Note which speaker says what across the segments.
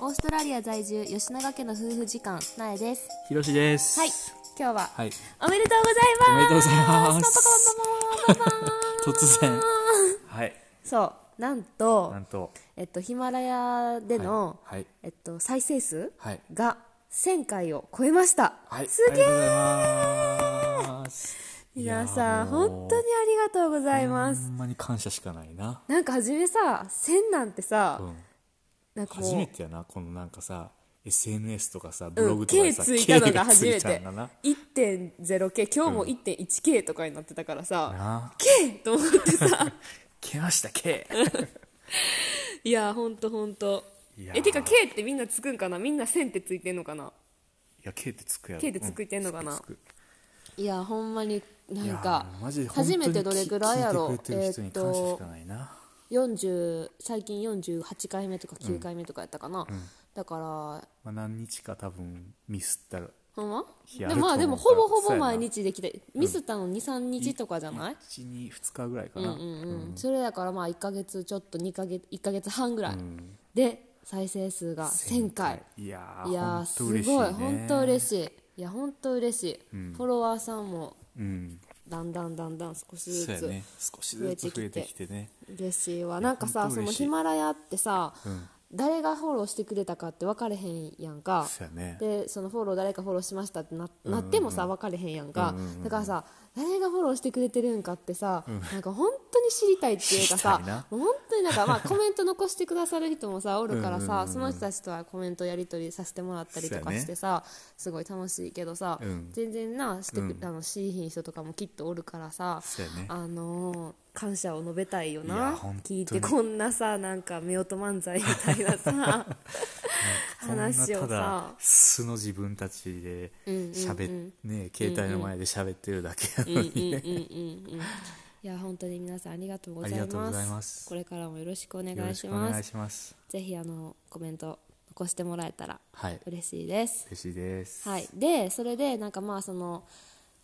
Speaker 1: オーストラリア在住吉永家の夫婦時間なえです
Speaker 2: ひろしです。
Speaker 1: はい今日は、
Speaker 2: はい。
Speaker 1: おめでとう
Speaker 2: おめでとう
Speaker 1: ご
Speaker 2: ご
Speaker 1: ざい
Speaker 2: ざい
Speaker 1: ま
Speaker 2: ますす
Speaker 1: パパパパパパパ
Speaker 2: 突然はい。
Speaker 1: そうなんと
Speaker 2: なんと。
Speaker 1: えっとヒマラヤでの、
Speaker 2: はいはい
Speaker 1: えっと再生数
Speaker 2: はい
Speaker 1: が1000回を超えました、
Speaker 2: はい。
Speaker 1: すげえ
Speaker 2: ありがとうございます。
Speaker 1: 皆さん
Speaker 2: いやーも
Speaker 1: 本
Speaker 2: う
Speaker 1: 当にありがとうございます
Speaker 2: ほんまに感謝しかないな。
Speaker 1: なんか初めさ1000なんてさ、
Speaker 2: うん。
Speaker 1: なんかもう
Speaker 2: 初めてやな、このなんかさ、SNS とかさ、ブ
Speaker 1: う
Speaker 2: ロ
Speaker 1: ん、
Speaker 2: グとかで
Speaker 1: K
Speaker 2: さ、
Speaker 1: ついたのが
Speaker 2: K
Speaker 1: 初め
Speaker 2: ついた
Speaker 1: て
Speaker 2: んだな。
Speaker 1: 1.0K 今日も 1.1K とかになってたからさ、
Speaker 2: な
Speaker 1: K と思ってさ
Speaker 2: 来ました、K。
Speaker 1: いやーほんとほんと
Speaker 2: いやー
Speaker 1: えてか K ってみんなつくんかなみんな1000ってついてんのかない
Speaker 2: や、K ってつくやろ。
Speaker 1: K ってつくいてんのかな
Speaker 2: うつくつく
Speaker 1: いやーほんまにないん
Speaker 2: や
Speaker 1: か
Speaker 2: ーマジで本当
Speaker 1: 初
Speaker 2: に
Speaker 1: めてどれぐらいやろ
Speaker 2: 聞いてくれて
Speaker 1: えー
Speaker 2: る人に
Speaker 1: っ
Speaker 2: 感謝し
Speaker 1: と
Speaker 2: かないな。
Speaker 1: 40最近48回目とか9回目とかやったかな、だから
Speaker 2: まあ、何日か多分ミスったら
Speaker 1: ほんま
Speaker 2: いや
Speaker 1: でもまあ
Speaker 2: ある
Speaker 1: で
Speaker 2: と
Speaker 1: も
Speaker 2: 思う
Speaker 1: ほぼほ
Speaker 2: そう
Speaker 1: ぼ
Speaker 2: やな
Speaker 1: 毎日できてミスったの23日とかじゃない、
Speaker 2: 1に2日ぐらいかな、
Speaker 1: うんうんそれだからまあ1か月ちょっと2か月1か月半ぐらいで再生数が1000回
Speaker 2: いやー
Speaker 1: いやーす
Speaker 2: ほん
Speaker 1: ごい
Speaker 2: と嬉しい、ね、
Speaker 1: 本当嬉しいいや本当嬉しいフォロワーさんも
Speaker 2: うん
Speaker 1: だんだんだんだん少しず
Speaker 2: そうや
Speaker 1: つ
Speaker 2: ね少しずつ増えてきてね
Speaker 1: 嬉しいわなんかさ
Speaker 2: 本当
Speaker 1: その
Speaker 2: 嬉しい
Speaker 1: ヒマラヤってさ誰がフォローしてくれたかって分かれへんやんか
Speaker 2: そうやね
Speaker 1: でそのフォロー誰かフォローしましたってななってもさ分かれへんやんかだからさ誰がフォローしてくれてるんかってさなんか本当に知りたいっていうか
Speaker 2: 知りたい
Speaker 1: さ
Speaker 2: な
Speaker 1: もう本当になんかまあコメント残してくださる人も さおるからさその人たちとはコメントやり取りさせてもらったりと
Speaker 2: そ
Speaker 1: か
Speaker 2: うやね
Speaker 1: してさすごい楽しいけどさ
Speaker 2: うん
Speaker 1: 全然なしてくあのしいひん人とかもきっとおるからさ
Speaker 2: そうやね
Speaker 1: あのー感謝を述べたいよ
Speaker 2: いや
Speaker 1: な
Speaker 2: 本当
Speaker 1: 聞い
Speaker 2: に
Speaker 1: てこんなさなんか夫婦漫才みたいな さ話
Speaker 2: こ
Speaker 1: を
Speaker 2: んなただ
Speaker 1: さ
Speaker 2: 素の自分たちでしゃべ、ね携帯の前で喋ってるだけやのにね、
Speaker 1: いや本当に皆さんありがとうござい
Speaker 2: あ
Speaker 1: ま
Speaker 2: りがとうございますす
Speaker 1: これからもよろしくお願
Speaker 2: よろ
Speaker 1: い
Speaker 2: し
Speaker 1: し
Speaker 2: くお願
Speaker 1: ま
Speaker 2: い
Speaker 1: す
Speaker 2: します
Speaker 1: ぜひあのコメント残してもらえたら
Speaker 2: はい
Speaker 1: 嬉しいです
Speaker 2: 嬉しいです
Speaker 1: はい、でそれでなんかまあその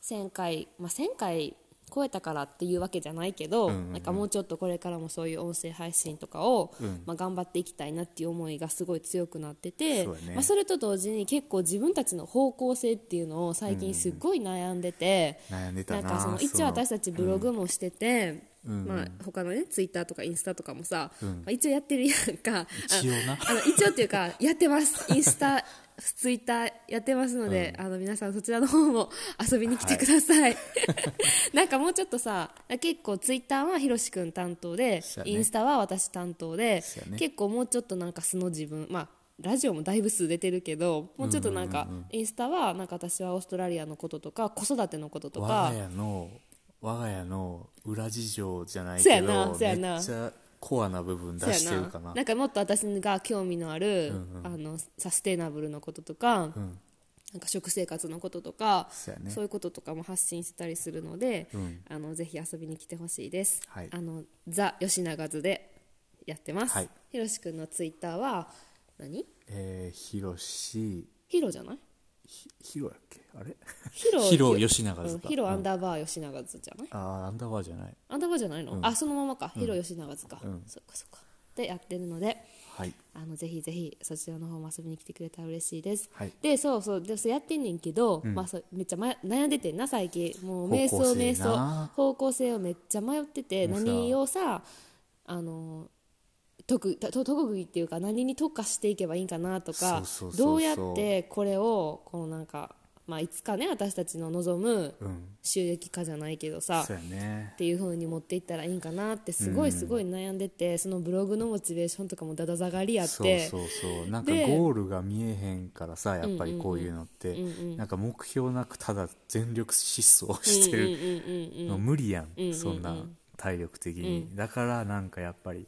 Speaker 1: 1000回、まあ、1000回超えたからっていうわけじゃないけど、なんかもうちょっとこれからもそういう音声配信とかを、まあ、頑張っていきたいなっていう思いがすごい強くなってて
Speaker 2: そうだね
Speaker 1: まあ、それと同時に結構自分たちの方向性っていうのを最近すっごい悩んでて、
Speaker 2: 悩んでたな
Speaker 1: なんかその一応私たちブログもしてて、
Speaker 2: うん
Speaker 1: まあ、他のねツイッターとかインスタとかもさ、まあ、一応やってるやんか
Speaker 2: 一応な
Speaker 1: あの一応っていうかやってますインスタ ツイッターやってますので、あの皆さんそちらの方も遊びに来てください、 なんかもうちょっとさ結構ツイッターはひろしくん担当で、
Speaker 2: そうや
Speaker 1: イ
Speaker 2: ね
Speaker 1: ンスタは私担当で、
Speaker 2: そうやね
Speaker 1: 結構もうちょっとなんか素の自分まあラジオもだいぶ数出てるけどもうちょっとなんか、インスタはなんか私はオーストラリアのこととか子育てのことと
Speaker 2: 我
Speaker 1: か
Speaker 2: が家の我が家の裏事情じゃない
Speaker 1: そうや
Speaker 2: け
Speaker 1: な
Speaker 2: ど
Speaker 1: そうやな
Speaker 2: めっちゃコアな部分
Speaker 1: そう
Speaker 2: 出
Speaker 1: や
Speaker 2: してるかな
Speaker 1: なんかもっと私が興味のある、あのサステイナブルのこととか、
Speaker 2: ん
Speaker 1: なんか食生活のこととか
Speaker 2: そうやね
Speaker 1: いうこととかも発信したりするので、
Speaker 2: うん
Speaker 1: あのぜひ遊びに来てほしいです、
Speaker 2: はい
Speaker 1: あのザ・吉永図でやってます、
Speaker 2: はい
Speaker 1: ひろしくんのツイッターは何
Speaker 2: えー、ひろし
Speaker 1: ヒロじゃない
Speaker 2: ひひろやっけあれ
Speaker 1: ヒロ
Speaker 2: ヒロ吉永図
Speaker 1: うん
Speaker 2: か
Speaker 1: ヒロアンダーバー吉永図じゃない、
Speaker 2: あーアンダーバーじゃない
Speaker 1: アンダーバーじゃないの、あそのままかヒロ吉永図か、そっかそっかでやってるので
Speaker 2: はい
Speaker 1: あのぜひぜひそちらの方も遊びに来てくれたら嬉しいです、
Speaker 2: はい
Speaker 1: でそうそうでそうやってんねんけど、まあ、そうめっちゃ、ま、悩んでてんな最近もう瞑
Speaker 2: 方向
Speaker 1: 想
Speaker 2: 性
Speaker 1: 瞑想
Speaker 2: な
Speaker 1: 方向性をめっちゃ迷ってて
Speaker 2: もうさ
Speaker 1: 何をさあの特と特技っていうか何に特化していけばいいんかなとか
Speaker 2: そうそうそうそう
Speaker 1: どうやってこれをこうなんか、まあ、いつかね私たちの望む
Speaker 2: うん
Speaker 1: 収益化じゃないけどさ、
Speaker 2: そうやね
Speaker 1: っていう風に持っていったらいいんかなってすごいすごい悩んでて、そのブログのモチベーションとかもだだ下がりやって
Speaker 2: そうそうそうなんか
Speaker 1: で
Speaker 2: ゴールが見えへんからさやっぱりこういうのって、なんか目標なくただ全力疾走してるの無理やん,、そんな体力的に、だからなんかやっぱり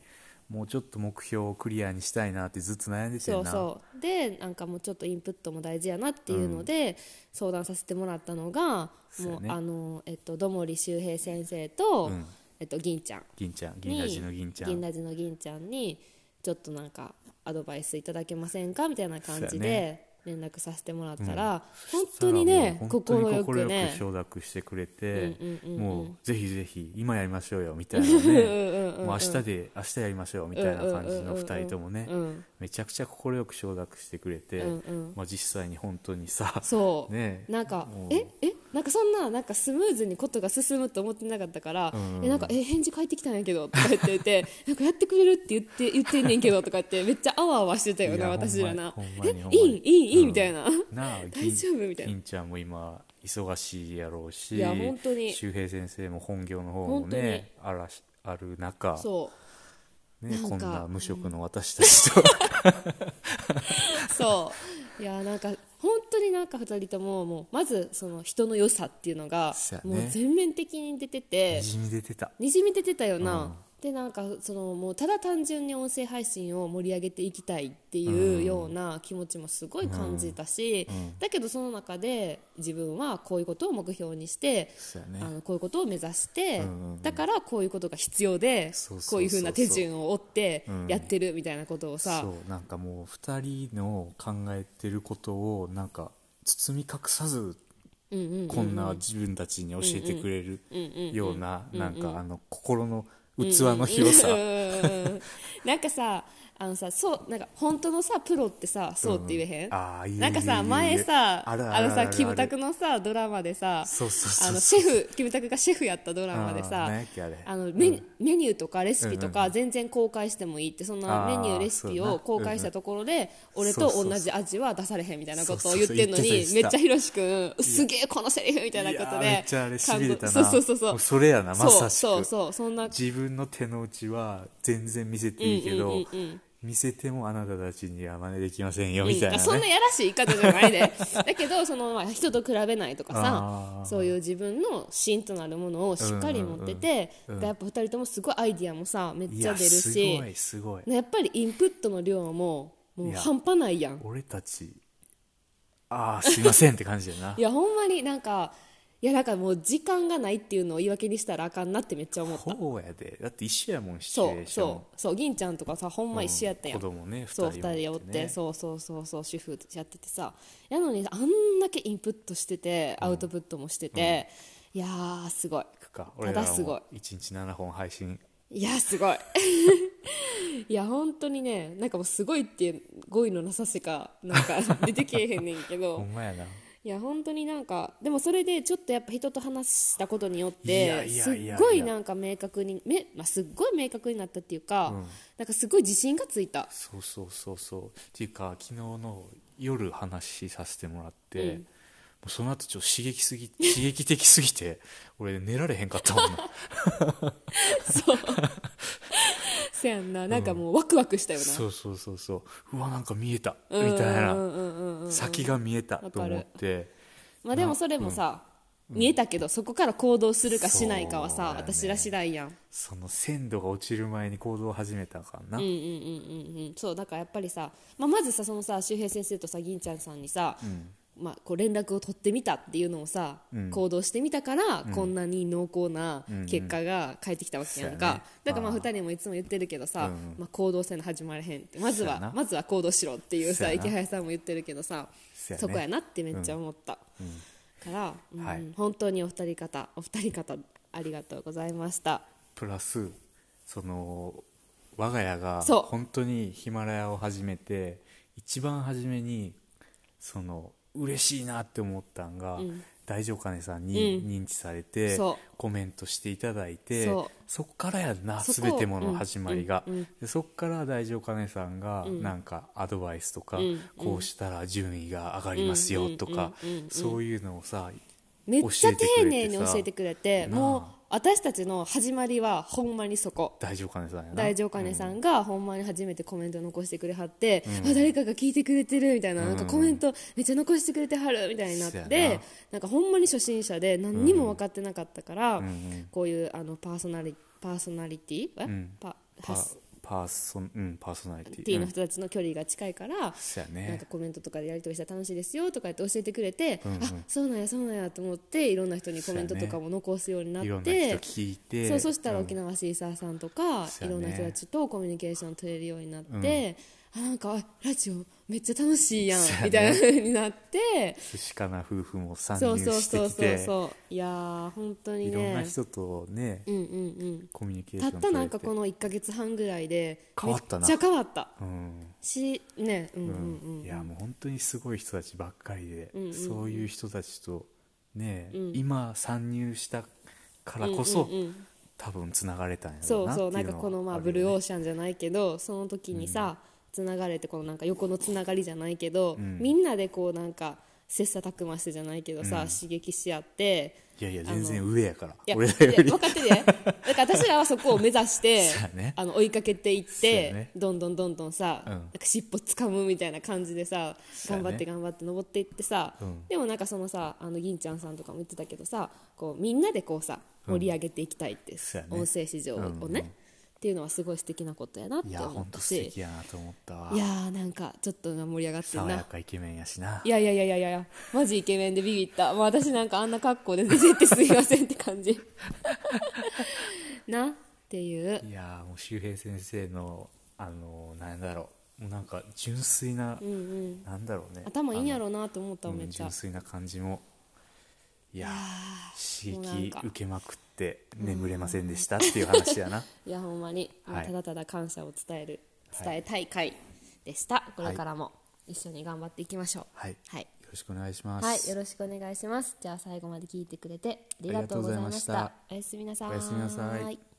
Speaker 2: もうちょっと目標をクリアにしたいなってずっと悩んでてん
Speaker 1: そ
Speaker 2: な
Speaker 1: うそうでなんかもうちょっとインプットも大事やなっていうので、相談させてもらったのが
Speaker 2: う
Speaker 1: も
Speaker 2: や
Speaker 1: う
Speaker 2: ね
Speaker 1: あの、えっと、土森周平先生と、
Speaker 2: うん
Speaker 1: えっと、銀ちゃん
Speaker 2: 銀ちゃん
Speaker 1: に
Speaker 2: 銀ラジの銀ちゃん
Speaker 1: 銀ラジの銀ちゃんにちょっとなんかアドバイスいただけませんかみたいな感じ
Speaker 2: そう
Speaker 1: で、
Speaker 2: やね
Speaker 1: 連絡させてもらったら、本当にね
Speaker 2: そしたらもう
Speaker 1: 快
Speaker 2: 本当
Speaker 1: く
Speaker 2: に快
Speaker 1: ね
Speaker 2: く承諾してくれて、
Speaker 1: うんうんうんうん
Speaker 2: もうぜひぜひ今やりましょうよみ たいなねもう明日で明日やりましょうみたいな感じの2人ともね、
Speaker 1: うん
Speaker 2: めちゃくちゃ快く承諾してくれて、
Speaker 1: うんうん
Speaker 2: まあ、実際に本当にさ
Speaker 1: そう、
Speaker 2: ね
Speaker 1: なんか
Speaker 2: もう
Speaker 1: ええなんかそんななんかスムーズにことが進むと思ってなかったから、
Speaker 2: ん
Speaker 1: えなんかえ返事返ってきたんやけどとか言って言って なんかやってくれるって言って言ってんねんけどとか言ってめっちゃあわあわしてたよ
Speaker 2: いや
Speaker 1: な私らな
Speaker 2: ほんま
Speaker 1: え
Speaker 2: にほんまに
Speaker 1: いいいいいい、
Speaker 2: うん
Speaker 1: みたいな
Speaker 2: なあ
Speaker 1: 大丈夫
Speaker 2: 銀
Speaker 1: みたいな
Speaker 2: 銀ちゃんも今忙しいやろうし
Speaker 1: いや本当に
Speaker 2: 周平先生も本業の方もねあらしある中、
Speaker 1: そう
Speaker 2: ね、
Speaker 1: なんか
Speaker 2: こんな無職の私たち と、
Speaker 1: そういやなんか本当になんか2人とももうまずその人の良さっていうのが
Speaker 2: そうや
Speaker 1: も
Speaker 2: ね
Speaker 1: う全面的に出てて
Speaker 2: にじみ出てた
Speaker 1: にじみ出てたよな、でなんかそのもうただ単純に音声配信を盛り上げていきたいっていうような気持ちもすごい感じたし、だけどその中で自分はこういうことを目標にして
Speaker 2: そうやね
Speaker 1: あのこういうことを目指して、
Speaker 2: んうんうん
Speaker 1: だからこういうことが必要で
Speaker 2: そうそうそうそう
Speaker 1: こういうふうな手順を追ってやってるみたいなことをさ、
Speaker 2: そうなんかもう2人の考えてることをなんか包み隠さず
Speaker 1: うんうんうんうん
Speaker 2: こんな自分たちに教えてくれるようななんかあの心の器の広さ
Speaker 1: うんうんなんかさあのさそうなんか本当のさプロってさそうって言えへん、
Speaker 2: うんあー言え
Speaker 1: なんか
Speaker 2: 言え
Speaker 1: さ
Speaker 2: 言え
Speaker 1: 前さ
Speaker 2: あ
Speaker 1: あ
Speaker 2: るある
Speaker 1: の
Speaker 2: あるあ
Speaker 1: さ
Speaker 2: る
Speaker 1: キムタクのさドラマでさ
Speaker 2: そうそうそうそう
Speaker 1: あのシェフキムタクがシェフやったドラマで
Speaker 2: あー
Speaker 1: さ
Speaker 2: 何やっけあれ
Speaker 1: のメ,、メニューとかレシピと
Speaker 2: うん
Speaker 1: か全然公開してもいいってそんな
Speaker 2: あ
Speaker 1: メ
Speaker 2: ー
Speaker 1: ニューレシピ
Speaker 2: そうや
Speaker 1: を
Speaker 2: な
Speaker 1: 公開したところで
Speaker 2: ん
Speaker 1: 俺
Speaker 2: そ
Speaker 1: と
Speaker 2: うそうそう
Speaker 1: 同じ味は出されへんみたいなことを
Speaker 2: そう
Speaker 1: 言
Speaker 2: そ
Speaker 1: っ
Speaker 2: うそう
Speaker 1: てるの
Speaker 2: 言
Speaker 1: に
Speaker 2: っ
Speaker 1: め
Speaker 2: てた
Speaker 1: っちゃひろし君すげえこのセリフみたいなこと
Speaker 2: いやーめ
Speaker 1: で
Speaker 2: っちゃあれし
Speaker 1: 感
Speaker 2: び
Speaker 1: 動
Speaker 2: れたな
Speaker 1: そうそうそうそう
Speaker 2: もそれやなま
Speaker 1: そう
Speaker 2: さしく
Speaker 1: そうそうそんな
Speaker 2: 自分の手の内は全然見せていいけ
Speaker 1: うんう
Speaker 2: ど、
Speaker 1: んうんうん
Speaker 2: 見せてもあなたたちには真似できませんよみたいな、ね
Speaker 1: うんそんなやらしい言い方じゃない でだけどその、まあ、人と比べないとか
Speaker 2: あー
Speaker 1: さそういう自分の芯となるものをしっかり持ってて、
Speaker 2: うんうんうん
Speaker 1: でやっぱ2人ともすごいアイディアもさめっ
Speaker 2: い
Speaker 1: ちゃ
Speaker 2: や
Speaker 1: 出る
Speaker 2: す
Speaker 1: し
Speaker 2: ごいすごい
Speaker 1: ねやっぱりインプットの量もも
Speaker 2: いうや
Speaker 1: 半端ないやん
Speaker 2: 俺たちああすいませんって感じだよない
Speaker 1: やほんまになんかいやなんかもう時間がないっていうのを言い訳にしたらあかんなってめっちゃ思った
Speaker 2: ほうやでだって一緒やもんシチ
Speaker 1: そ
Speaker 2: ュエ
Speaker 1: う
Speaker 2: ーション
Speaker 1: そうそう銀ちゃんとかさほんま一緒やったやん、
Speaker 2: うん子供ね
Speaker 1: そう二
Speaker 2: 二人
Speaker 1: 人
Speaker 2: で
Speaker 1: で
Speaker 2: お
Speaker 1: お
Speaker 2: っ
Speaker 1: ってて
Speaker 2: ね
Speaker 1: そうそうそうそう主婦やっててさやのにあんだけインプットしててアウトプットもしてて、いやーすごい
Speaker 2: 行くか
Speaker 1: た
Speaker 2: 俺ら
Speaker 1: だすご
Speaker 2: も
Speaker 1: い
Speaker 2: 1日7本配信
Speaker 1: いやすごい いや本当にねなんかもうすごいっていう語彙のなさしかなんか出てけえへんねんけ
Speaker 2: ほ
Speaker 1: ど
Speaker 2: んまやない
Speaker 1: や本当になんかでもそれでちょっとやっぱ人と話したことによっ
Speaker 2: いや
Speaker 1: て
Speaker 2: い
Speaker 1: す
Speaker 2: や
Speaker 1: っ
Speaker 2: いや
Speaker 1: ごいなんか明確にめ、まあ、すっごい明確になったっていうか、なんかすごい自信がついた
Speaker 2: そうそうそうそうっていうか昨日の夜話させてもらって、もうその後ちょっと刺激すぎ 刺激的すぎて俺寝られへんかった もんな
Speaker 1: そうせやんななんかもうワクワクしたよな、
Speaker 2: そうそうそうそううわなんか見えたみ
Speaker 1: うん
Speaker 2: たい
Speaker 1: うん
Speaker 2: な
Speaker 1: うんうんうん
Speaker 2: 先が見えたと思って
Speaker 1: まあでもそれもさ、見えたけどそこから行動するかしないかはさ、
Speaker 2: そうやね
Speaker 1: 私ら次第やんうん
Speaker 2: その鮮度が落ちる前に行動を始めたからな、
Speaker 1: うんうんうんうんそうだからやっぱりさ、まあ、まずさそのさ周平先生とさ銀ちゃんさんにさ、まあ、こう連絡を取ってみたっていうのをさ、行動してみたから、こんなに濃厚な結果が返ってきたわけやんか、
Speaker 2: そうやね
Speaker 1: だからまあ
Speaker 2: まあ
Speaker 1: 2人もいつも言ってるけどさ、
Speaker 2: うん
Speaker 1: まあ、行動せな始まれへんってまず
Speaker 2: そうやな
Speaker 1: はまずは行動しろっていう
Speaker 2: そう
Speaker 1: さ
Speaker 2: やな
Speaker 1: 池原さんも言ってるけどさ
Speaker 2: そうやね
Speaker 1: そこやなってめっちゃ思った、から、うん
Speaker 2: はい
Speaker 1: 本当にお二人方お二人方ありがとうございました
Speaker 2: プラスその我が家が
Speaker 1: そう
Speaker 2: 本当にヒマラヤを始めて一番初めにその嬉しいなって思ったんが、大丈夫かねさんに
Speaker 1: う
Speaker 2: 認知されて、
Speaker 1: そう
Speaker 2: コメントしていただいて
Speaker 1: そう
Speaker 2: そこからやんな
Speaker 1: そこ
Speaker 2: 全てもの始まりが、でそこから大丈夫かねさんがなんかアドバイスとか、
Speaker 1: うん
Speaker 2: こうしたら順位が上がりますよとか、
Speaker 1: うんうんうんうん
Speaker 2: そういうのをさ
Speaker 1: めっちゃ丁寧に教えて
Speaker 2: れて
Speaker 1: くれて
Speaker 2: なあ
Speaker 1: もう私たちの始まりはほんまにそこ
Speaker 2: 大丈夫かねさんやな
Speaker 1: 大丈夫かねさんがほんまに初めてコメント残してくれはって、あ誰かが聞いてくれてるみたいな,、なんかコメントめっちゃ残してくれてはるみたいになっ
Speaker 2: そや
Speaker 1: て
Speaker 2: な
Speaker 1: ななんかほんまに初心者で何にも分かってなかったから、
Speaker 2: ん
Speaker 1: こういうあのパーソナリパーソナリティ、え
Speaker 2: ん
Speaker 1: パ
Speaker 2: パ
Speaker 1: ハス
Speaker 2: パーソン、うん、パーソナリティ
Speaker 1: ティーの
Speaker 2: うん
Speaker 1: 人たちの距離が近いから、
Speaker 2: そうや
Speaker 1: なん
Speaker 2: ね
Speaker 1: かコメントとかでやり取りしたら楽しいですよとか言って教えてくれて、あそうなんやそうなんやと思っていろんな人にコメントとかも残すようになっ
Speaker 2: い
Speaker 1: て
Speaker 2: ろんな人聞いて
Speaker 1: そうそしたら
Speaker 2: うん
Speaker 1: 沖縄シーサーさんとか、
Speaker 2: そう
Speaker 1: い
Speaker 2: や
Speaker 1: ろ
Speaker 2: ね
Speaker 1: んな人たちとコミュニケーション取れるようになって、あなんかあラジオめっちゃ楽しいやん
Speaker 2: そうやね
Speaker 1: みたいな風になって
Speaker 2: 寿司かな夫婦も参
Speaker 1: そう
Speaker 2: 入
Speaker 1: そう
Speaker 2: して
Speaker 1: そう
Speaker 2: き
Speaker 1: そう
Speaker 2: て
Speaker 1: そういやー本当に
Speaker 2: いろんな
Speaker 1: ね
Speaker 2: 人とね、
Speaker 1: うんうん
Speaker 2: コミュニケ
Speaker 1: う
Speaker 2: ー
Speaker 1: ん
Speaker 2: シ
Speaker 1: た
Speaker 2: ョ
Speaker 1: った
Speaker 2: ン
Speaker 1: なんか
Speaker 2: 取れて
Speaker 1: この1か月半ぐらいで
Speaker 2: 変わったな
Speaker 1: めっちゃ変わった
Speaker 2: うん
Speaker 1: しねうんうんうん、
Speaker 2: いやもう本当にすごい人たちばっかりで、そういう人たちとね、今参入したからこそ、多分つながれたんやろ
Speaker 1: そうう
Speaker 2: な
Speaker 1: そう
Speaker 2: って
Speaker 1: ないん
Speaker 2: の
Speaker 1: か
Speaker 2: は
Speaker 1: このまあ
Speaker 2: るよ
Speaker 1: ブ
Speaker 2: ね
Speaker 1: ルーオーシャンじゃないけどその時にさ、つながれてこのなんか横のつながりじゃないけど、みんなでこうなんか切磋琢磨してじゃないけどさ、刺激し合って
Speaker 2: いやいや全然上やから
Speaker 1: いや
Speaker 2: 俺らよ
Speaker 1: い
Speaker 2: り
Speaker 1: や分かっててだから私らはそこを目指して、
Speaker 2: そうやね
Speaker 1: あの追いかけていっ
Speaker 2: そうや
Speaker 1: て、
Speaker 2: ね
Speaker 1: どんどんどんどんさ、
Speaker 2: うん
Speaker 1: なんか尻尾つかむみたいな感じでさ、
Speaker 2: そうや
Speaker 1: 頑
Speaker 2: ね
Speaker 1: 張って頑張って登っていってさ、
Speaker 2: うん
Speaker 1: でもなんかそのさあの銀ちゃんさんとかも言ってたけどさこうみんなでこうさ盛り上げていきたいって、
Speaker 2: そうやね
Speaker 1: 音声市場をね、
Speaker 2: うんうん
Speaker 1: っていうのはすごい素敵なことやなっ
Speaker 2: い
Speaker 1: て
Speaker 2: や
Speaker 1: 思
Speaker 2: 本
Speaker 1: った
Speaker 2: 当
Speaker 1: し
Speaker 2: 素敵やなと思ったわ
Speaker 1: いやーなんかちょっと盛り上がってる
Speaker 2: 爽や
Speaker 1: な
Speaker 2: かイケメンやしない
Speaker 1: やいやいやいやいやマジイケメンでビビった、まあ、私なんかあんな格好で出てってすいませんって感じなっていう
Speaker 2: いやもう周平先生のあのなんだろうもうなんか純粋な、なんだろうね
Speaker 1: 頭いいんやろうなと思った
Speaker 2: う
Speaker 1: わ
Speaker 2: ん
Speaker 1: めっちゃ
Speaker 2: 純粋な感じもいや刺
Speaker 1: もうなん
Speaker 2: 激
Speaker 1: か
Speaker 2: 受けまくって眠れませんでしたっていう話やな
Speaker 1: いやほんまに、
Speaker 2: はい
Speaker 1: ただただ感謝を伝える
Speaker 2: はい
Speaker 1: 伝えたい回でした、これからも一緒に頑張っていきましょう
Speaker 2: はい、
Speaker 1: はい
Speaker 2: よろしくお願いします、
Speaker 1: はい、よろしくお願いしますじゃあ最後まで聞いてくれてありがとうございました
Speaker 2: ありがとうございました
Speaker 1: おやすみなさーい
Speaker 2: おやすみなさい